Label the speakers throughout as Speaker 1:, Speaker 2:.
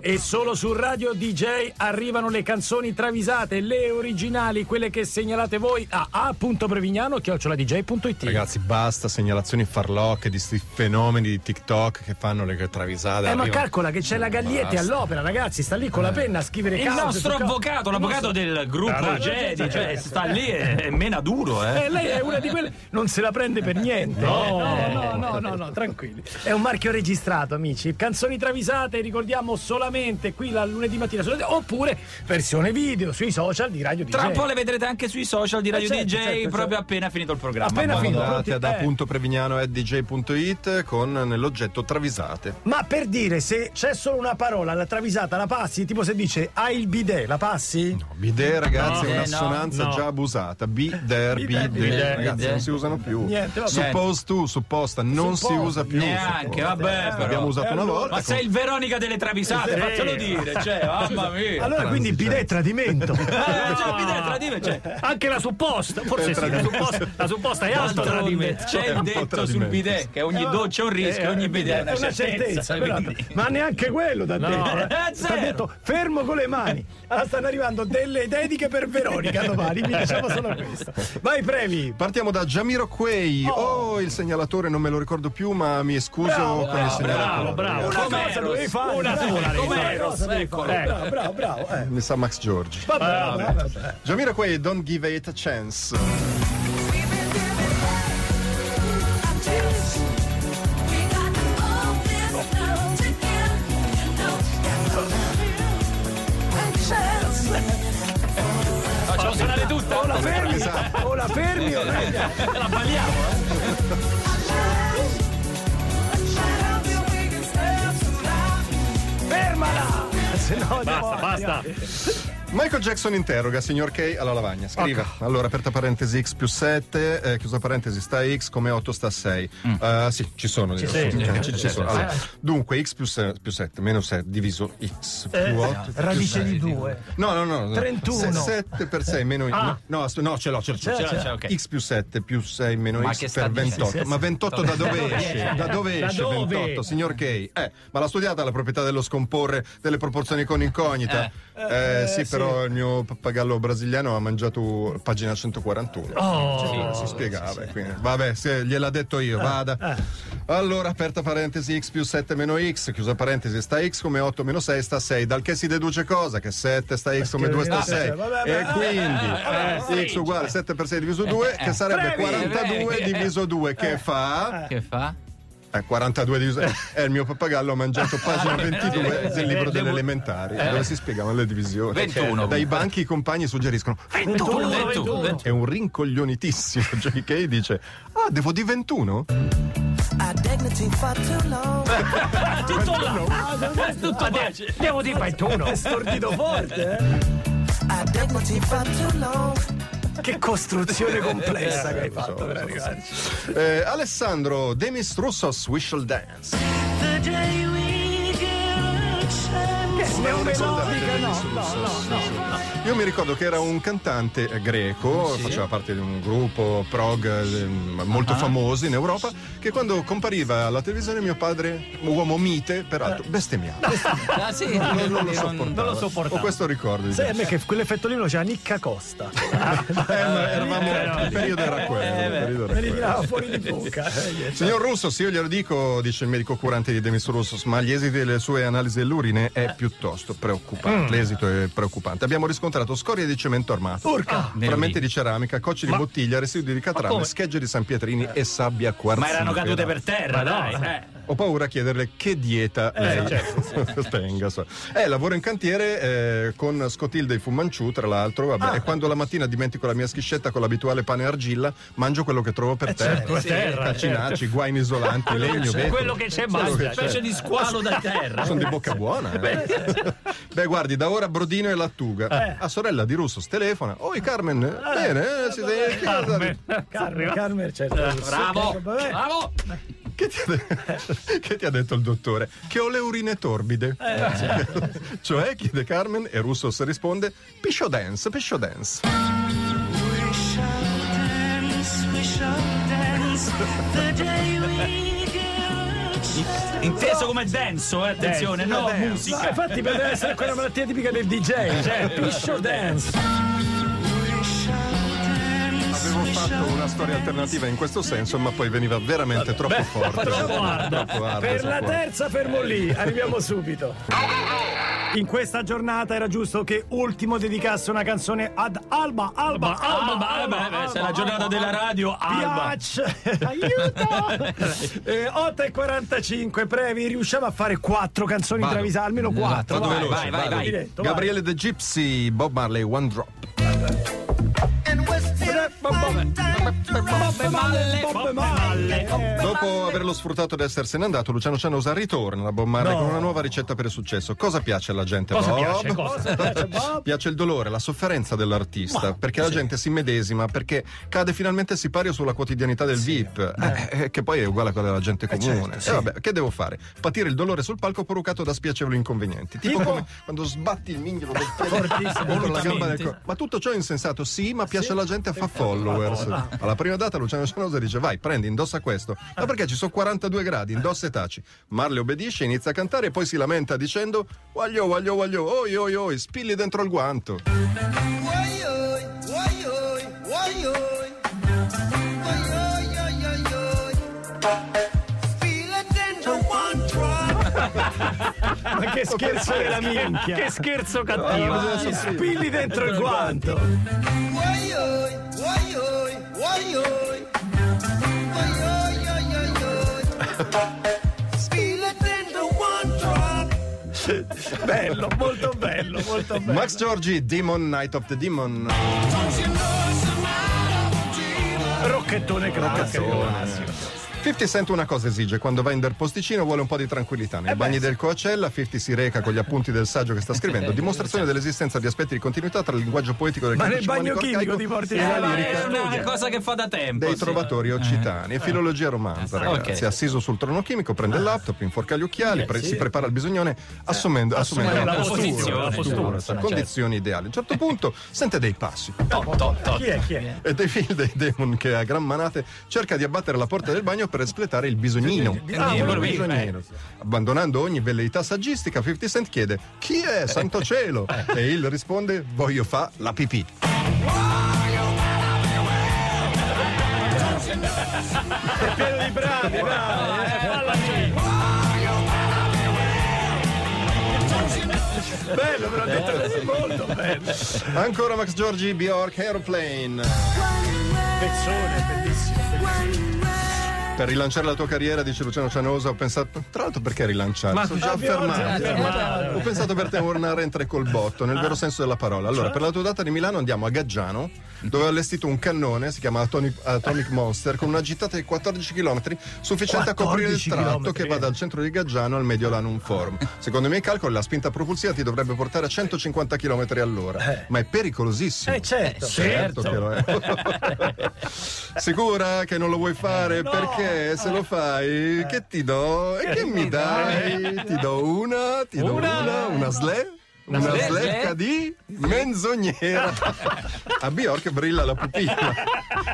Speaker 1: E solo su Radio DJ arrivano le canzoni travisate, le originali, quelle che segnalate voi a a.prevignano.dj.it
Speaker 2: Ragazzi, basta segnalazioni farlocche di sti fenomeni di TikTok che fanno le travisate.
Speaker 1: Eh, ma
Speaker 2: Arriva-
Speaker 1: calcola che c'è la Gaglietti
Speaker 2: Basta. Eh.
Speaker 1: all'opera, ragazzi, sta lì con la penna a scrivere
Speaker 3: Il
Speaker 1: cause su
Speaker 3: nostro
Speaker 1: cause.
Speaker 3: avvocato,
Speaker 1: Il
Speaker 3: l'avvocato
Speaker 1: nostro-
Speaker 3: del
Speaker 2: Ah,
Speaker 3: gruppo
Speaker 2: no,
Speaker 3: Jedi,
Speaker 1: certo,
Speaker 3: cioè
Speaker 1: certo.
Speaker 3: sta lì e e mena duro,
Speaker 1: Eh,
Speaker 3: eh.
Speaker 1: lei è una di quelle. Non se la prende per niente.
Speaker 2: No.
Speaker 1: Eh, no, no, no, no, no, tranquilli. È un marchio registrato, amici. Canzoni travisate, ricordiamo solamente qui la lunedì mattina, solamente- oppure versione video sui social di Radio DJ.
Speaker 3: Tra un po' le vedrete anche sui social di Radio
Speaker 1: certo,
Speaker 3: DJ,
Speaker 1: certo, certo.
Speaker 3: proprio appena finito il programma.
Speaker 1: Appena
Speaker 3: Buon-
Speaker 1: finito.
Speaker 2: Andate ad
Speaker 1: pronti- eh.
Speaker 2: a.prevignano.dj.it con nell'oggetto travisate.
Speaker 1: Ma per dire se c'è solo una parola, la travisata la passi, tipo se dice hai il bidet, la passi?
Speaker 2: Bidè, ragazzi,
Speaker 3: No,
Speaker 2: è
Speaker 3: eh,
Speaker 2: un'assonanza
Speaker 1: no, no.
Speaker 2: già abusata. Bidè,
Speaker 1: Bidè,
Speaker 2: bidè.
Speaker 1: bidè,
Speaker 2: Ragazzi,
Speaker 3: bidè.
Speaker 2: non si usano più.
Speaker 1: Niente, vabbè.
Speaker 2: Suppose tu, supposta, non
Speaker 1: Supposta,
Speaker 2: si usa più.
Speaker 3: Neanche,
Speaker 2: supposta.
Speaker 3: vabbè, però.
Speaker 2: L'abbiamo usato
Speaker 1: Eh,
Speaker 2: una
Speaker 1: allora-
Speaker 2: volta.
Speaker 3: Ma sei il Veronica delle travisate,
Speaker 1: Eh,
Speaker 3: faccelo
Speaker 1: sì.
Speaker 3: dire, cioè, mamma mia.
Speaker 1: Eh, Allora quindi bidet è tradimento.
Speaker 3: Eh, cioè, mi dai, tradime, cioè, Eh,
Speaker 4: Anche la supposta, forse sì, la supposta, la supposta è alto
Speaker 3: d'altronde
Speaker 4: tradimento.
Speaker 3: C'è
Speaker 2: È
Speaker 3: il
Speaker 2: un po'
Speaker 3: detto sul
Speaker 2: tradimento.
Speaker 3: bidet che ogni doccia è un rischio,
Speaker 1: Eh,
Speaker 3: ogni bidet è una, certezza.
Speaker 1: però-
Speaker 3: quindi-
Speaker 1: ma neanche quello da detto.
Speaker 3: eh,
Speaker 1: T'ha
Speaker 3: zero.
Speaker 1: detto fermo con le mani. Allora stanno arrivando delle dediche per Veronica domani, mi diciamo solo questo. Vai Previ.
Speaker 2: Partiamo da Giamiro Quei. Oh. il segnalatore non me lo ricordo più, ma mi scuso
Speaker 1: Bravo,
Speaker 2: con il
Speaker 1: bravo,
Speaker 2: segnalatore.
Speaker 4: bravo, bravo.
Speaker 1: Una
Speaker 3: Come
Speaker 1: cosa
Speaker 3: Eros,
Speaker 1: dovevi fare.
Speaker 4: una
Speaker 1: bravo, eh.
Speaker 4: sola devi
Speaker 1: una
Speaker 3: fare.
Speaker 1: cosa devi
Speaker 3: Eccolo.
Speaker 1: fare. Bravo, bravo, bravo. eh.
Speaker 2: Ne sa Max Giorgi.
Speaker 1: Vabbè, vabbè, vabbè.
Speaker 3: Eh,
Speaker 2: Giamiro Quei, don't give it a chance.
Speaker 3: Facciamo suonare tutta.
Speaker 1: O la fermi,
Speaker 2: Esatto.
Speaker 1: o la fermi o la
Speaker 3: La balliamo.
Speaker 1: fermala. Se no, andiamo
Speaker 4: Basta,
Speaker 1: avanti.
Speaker 4: basta.
Speaker 2: Michael Jackson interroga signor Kay alla lavagna. Scrive. Allora, aperta parentesi X più 7, eh, chiusa parentesi sta X come 8 sta 6. Eh, sì, ci sono. Ci,
Speaker 4: sì,
Speaker 2: ci- ci- ci sono. Allora, dunque, X più 7, meno 6 diviso X più 8.
Speaker 1: Radice di due.
Speaker 2: No, no, no. no.
Speaker 1: 31.
Speaker 2: 7 per 6 meno No, aspe- no, ce l'ho, ce l'ho. Ah. ce l'ho.
Speaker 3: Ce l'ho, ce l'ho, ok.
Speaker 2: X più 7 più 6 meno
Speaker 3: Ma
Speaker 2: X
Speaker 3: che sta
Speaker 2: per
Speaker 3: dicendo?
Speaker 2: 28. Ma 28 da dove esce? Da dove
Speaker 4: Da
Speaker 2: esce
Speaker 4: dove?
Speaker 2: 28, signor Kay? Eh, ma l'ha studiata la proprietà dello scomporre delle proporzioni con incognita? Eh, sì, però il mio pappagallo brasiliano ha mangiato pagina 141.
Speaker 1: Oh,
Speaker 2: Cioè, si spiegava. quindi. Vabbè, se gliel'ha detto
Speaker 1: Eh,
Speaker 2: io, vada. Allora, aperta parentesi x più 7 meno x, chiusa parentesi sta x come 8 meno 6 sta 6, dal che si deduce cosa? Che 7 sta x come 2 sta
Speaker 1: vabbè,
Speaker 2: 6
Speaker 1: cioè, vabbè, vabbè,
Speaker 2: e
Speaker 1: eh,
Speaker 2: quindi eh, x uguale 7 per 6 diviso 2 che sarebbe
Speaker 1: Previ! Eh.
Speaker 2: 42 diviso 2 che fa...
Speaker 3: Che fa?
Speaker 2: Eh, 42 diviso è il mio pappagallo ha mangiato pagina
Speaker 1: Eh,
Speaker 2: 22 del libro delle elementari dove si spiegavano le divisioni
Speaker 3: 21
Speaker 2: dai banchi i compagni suggeriscono
Speaker 3: 21, 21,
Speaker 2: è un rincoglionitissimo JK dice ah devo di 21
Speaker 4: Tutto là. Tutto facile. Devo dire fai tu.
Speaker 1: Uno è stordito forte, eh? Che costruzione complessa che hai fatto per arrivarci.
Speaker 2: Eh, Alessandro Demis Roussos We Shall Dance
Speaker 1: Cioè, È un eh, melodica,
Speaker 2: Demis
Speaker 1: no? No, no,
Speaker 2: Roussos,
Speaker 1: no.
Speaker 2: sì, sì. Io mi ricordo che era un cantante eh, greco, faceva parte di un gruppo prog eh,
Speaker 1: Ah.
Speaker 2: molto famoso in Europa, che quando compariva alla televisione mio padre, uomo mite, peraltro,
Speaker 1: Eh.
Speaker 2: bestemmiava.
Speaker 3: Ah, sì,
Speaker 2: Non, non lo sopportava.
Speaker 3: sopporto.
Speaker 2: Ho questo ricordo. di
Speaker 1: Sai a
Speaker 2: me.
Speaker 1: me che quell'effetto lì lo c'era Nicca Costa.
Speaker 2: Eh, ma eravamo-
Speaker 4: eh,
Speaker 2: il periodo era quello.
Speaker 1: Eh,
Speaker 2: il periodo era
Speaker 1: Me li
Speaker 2: quello.
Speaker 1: tirava fuori di bocca. eh,
Speaker 2: Signor Russo, se io glielo dico, dice il medico curante di Demis Russos, ma gli esiti delle sue analisi dell'urine è piuttosto preoccupante. L'esito è preoccupante. Abbiamo riscontrato scorie di cemento armato, Ah, frammenti di ceramica, cocci di bottiglia, residui di catrame,
Speaker 4: come?
Speaker 2: schegge di San Pietrini e sabbia quarzita.
Speaker 3: Ma erano cadute per terra, dai. eh.
Speaker 2: Ho paura a chiederle che dieta
Speaker 4: Eh,
Speaker 2: lei
Speaker 4: certo,
Speaker 2: tenga. so. Eh, lavoro in cantiere eh, con Scotilde e Fumanciù, tra l'altro. Vabbè,
Speaker 4: Ah,
Speaker 2: e quando la mattina dimentico la mia schiscetta con l'abituale pane e argilla, mangio quello che trovo per terra.
Speaker 4: certo, a terra, certo.
Speaker 2: Calcinaci, guaini isolanti, legno, vetro.
Speaker 4: Quello che c'è
Speaker 2: Quello che
Speaker 4: basta.
Speaker 2: c'è.
Speaker 3: Specie di squalo da terra.
Speaker 2: Sono di bocca buona. eh.
Speaker 4: certo.
Speaker 2: Beh, guardi, da ora Brodino e
Speaker 4: Eh.
Speaker 2: Lattuga. A sorella di Russo telefona. Oi Carmen,
Speaker 4: Ah,
Speaker 2: bene, eh, siete- chi-
Speaker 4: Carmen.
Speaker 1: Carmen, Carmen, certo.
Speaker 3: Bravo,
Speaker 1: Vabbè.
Speaker 3: bravo.
Speaker 2: Che ti, ha de- che ti ha detto il dottore? Che ho le urine torbide.
Speaker 1: Eh, certo.
Speaker 2: cioè, chiede Carmen e Russos risponde: Piscio dance, piscio dance.
Speaker 5: We shall dance, we shall dance the day we get
Speaker 3: Inteso come denso, eh, attenzione,
Speaker 2: Dance,
Speaker 3: no,
Speaker 2: dance.
Speaker 3: musica.
Speaker 1: Ma infatti potrebbe essere quella malattia tipica del DJ, cioè piscio dance.
Speaker 5: We shall dance,
Speaker 2: Avevo
Speaker 5: we shall
Speaker 2: fatto una storia alternativa in questo senso, ma poi veniva veramente troppo forte.
Speaker 1: Troppo ardo.
Speaker 2: Troppo ardo,
Speaker 1: Per
Speaker 2: troppo
Speaker 1: la
Speaker 2: ardo.
Speaker 1: terza fermo lì, arriviamo subito. In questa giornata era giusto che Ultimo dedicasse una canzone ad Alba, Alba, Alba,
Speaker 3: Alba, Alba, eh, se è la giornata della radio, Alba.
Speaker 1: Piace. Aiuto! eh, 8 e 45, previ, riusciamo a fare quattro canzoni
Speaker 2: Vado.
Speaker 1: travisate, almeno
Speaker 2: Vado
Speaker 1: quattro. vai.
Speaker 2: veloce,
Speaker 3: vai, vai,
Speaker 2: vado.
Speaker 3: vai.
Speaker 1: Diretto, vai.
Speaker 2: Gabriele The Gypsy, Bob Marley, One Drop.
Speaker 5: And we're still fighting to rise
Speaker 3: Bombe malle, bombe malle.
Speaker 2: Dopo averlo sfruttato ed essersene andato, Luciano Cianosa ritorna da Bob Marley con una nuova ricetta per il successo. Cosa piace alla gente,
Speaker 1: Cosa
Speaker 2: Bob?
Speaker 1: piace? Cosa piace? Bob?
Speaker 2: Piace il dolore, la sofferenza dell'artista, perché la gente si medesima, perché cade finalmente il sipario sulla quotidianità del VIP, eh, eh, che poi è uguale a quella della
Speaker 1: Eh,
Speaker 2: gente
Speaker 1: certo,
Speaker 2: comune. E vabbè, che devo fare? Patire il dolore sul palco porucato da spiacevoli inconvenienti. Tipo,
Speaker 1: Tipo?
Speaker 2: come quando sbatti il mignolo del
Speaker 1: Fortissimo.
Speaker 2: contro la gamba del co- Ma tutto ciò è insensato, sì, ma piace alla gente e fa followers. Alla prima data Luciano Cianosa dice vai, prendi, indossa questo. Ma perché ci sono 42 gradi, indossa e taci. Marley obbedisce, inizia a cantare e poi si lamenta dicendo guaglio, guaglio, guaglio, oi, oi, oi, spilli dentro il guanto.
Speaker 1: Ma che scherzo della minchia!
Speaker 4: Che scherzo
Speaker 2: No, no,
Speaker 4: cattivo.
Speaker 2: no, no, no.
Speaker 1: Spilli dentro il guanto! Bello, molto bello, molto bello.
Speaker 2: Max Giorgi, Demon, Night of the Demon.
Speaker 1: Rocchettone classico.
Speaker 2: 50 Cent una cosa esige, quando va in del posticino vuole un po' di tranquillità.
Speaker 1: Eh
Speaker 2: Nei bagni del Coacella 50 si reca con gli appunti del saggio che sta scrivendo, dimostrazione dell'esistenza di aspetti di continuità tra il linguaggio poetico del
Speaker 1: Certo. Ma nel
Speaker 2: canto
Speaker 1: bagno
Speaker 2: sciamanico
Speaker 1: chimico
Speaker 2: arcaico
Speaker 1: ti porti
Speaker 2: e
Speaker 1: la Eh.
Speaker 2: la lirica.
Speaker 3: È una cosa che fa da tempo.
Speaker 2: dei
Speaker 3: sì.
Speaker 2: trovatori occitani e filologia romanza ragazzi
Speaker 3: ok.
Speaker 2: assiso sul trono chimico prende
Speaker 1: Ah.
Speaker 2: il laptop inforca gli
Speaker 1: Eh,
Speaker 2: occhiali pre- si prepara al bisognone assumendo, assumendo
Speaker 3: la
Speaker 2: una
Speaker 3: posizione, la
Speaker 1: postura, certo.
Speaker 2: sa, condizioni ideali a un certo punto sente dei passi
Speaker 1: Chi è? Chi è?
Speaker 2: e dei figli dei demon che a gran manate cerca di abbattere la porta del bagno per espletare il bisognino eh.
Speaker 1: Ah,
Speaker 2: Il
Speaker 3: quello lì,
Speaker 2: bisognino. abbandonando ogni velleità saggistica 50 Cent chiede chi è santo cielo e il risponde voglio fa la pipì
Speaker 1: Pieno di bravi, bravi. Bello, però ho detto molto bello.
Speaker 2: ancora Max Giorgi Bjork Aeroplane
Speaker 1: Pezzone, bellissimo.
Speaker 2: Per rilanciare la tua carriera, dice Luciano Cianosa, ho pensato. Tra l'altro, perché rilanciare? Ma sono già affermato. Ho pensato per te tornare entra col botto, nel vero senso della parola.
Speaker 1: Cioè?
Speaker 2: Allora, per la tua data di Milano andiamo a Gaggiano, dove ho allestito un cannone, si chiama Atoni- Atomic Monster, con una gittata di 14 km, sufficiente a coprire il
Speaker 1: 14
Speaker 2: tratto
Speaker 1: chilometri,
Speaker 2: che va dal centro di Gaggiano al Mediolanum Forum. Secondo i miei calcoli, la spinta propulsiva ti dovrebbe portare a 150 km all'ora, ma è pericolosissimo.
Speaker 1: Eh, certo.
Speaker 2: Certo che lo è. Sicura che non lo vuoi fare perché se lo fai che ti do e che mi dai? Ti do una, ti do
Speaker 1: Una?
Speaker 2: una, una sle. Una
Speaker 3: sle-
Speaker 2: slecca
Speaker 3: sle-
Speaker 2: di menzognera. A Bjork brilla la pupilla.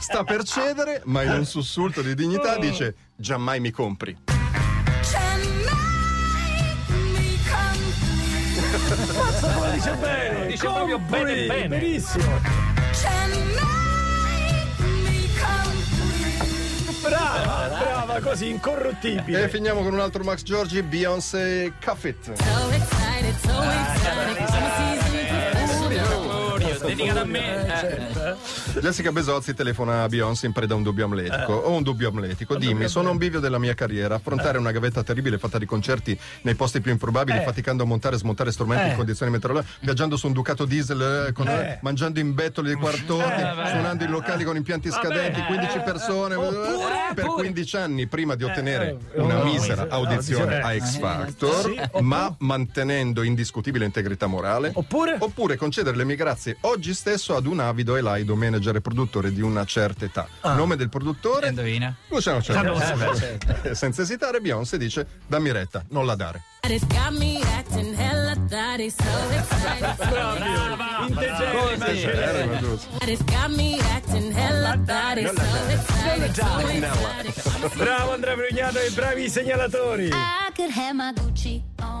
Speaker 2: Sta per cedere, ma in un sussulto di dignità dice: Giammai mi compri.
Speaker 1: Lo dice bene.
Speaker 4: Dice proprio
Speaker 1: compri,
Speaker 4: bene, bene.
Speaker 1: Benissimo. Brava, brava, così
Speaker 2: E
Speaker 1: incorruttibile.
Speaker 2: finiamo con un altro Max Giorgi, Beyoncé Cuffit.
Speaker 3: Curio, Dedicata a me. Eh,
Speaker 2: Jessica Besozzi telefona a Beyoncé in preda a un dubbio amletico.
Speaker 1: Eh.
Speaker 2: Ho un dubbio amletico, dimmi, sono a un bivio della mia carriera. Affrontare una gavetta terribile fatta di concerti nei posti più improbabili, faticando a montare e smontare strumenti
Speaker 1: Eh.
Speaker 2: in condizioni meteorologiche, viaggiando su un Ducato diesel, eh, con-
Speaker 1: Eh. Eh,
Speaker 2: mangiando in bettoli di quartoni, suonando in locali con impianti scadenti, 15 persone. eh, per 15 anni prima di ottenere
Speaker 1: eh,
Speaker 2: una
Speaker 1: no,
Speaker 2: misera
Speaker 1: no,
Speaker 2: audizione
Speaker 1: no,
Speaker 2: a X Factor,
Speaker 1: Sì,
Speaker 2: ma mantenendo indiscutibile integrità morale.
Speaker 1: Oppure?
Speaker 2: Oppure concedere le mie grazie oggi oggi stesso ad un avido e laido manager e produttore di una certa età. Nome del produttore?
Speaker 3: Indovina.
Speaker 2: Luciano Cerno.
Speaker 1: Ah, no,
Speaker 2: Senza esitare, Beyoncé dice: Dammi retta, non la dare.
Speaker 6: And it's got me acting hella thotty, so excited. so
Speaker 1: Integerrima.
Speaker 2: Eh, ma giusto.
Speaker 6: excited. It's got me acting hella thotty, so excited. so excited.
Speaker 1: Bravo Andrea Brignano e i bravi segnalatori.
Speaker 7: I could have my Gucci on.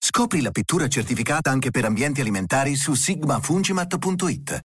Speaker 8: Scopri la pittura certificata anche per ambienti alimentari su sigmafungimat.it.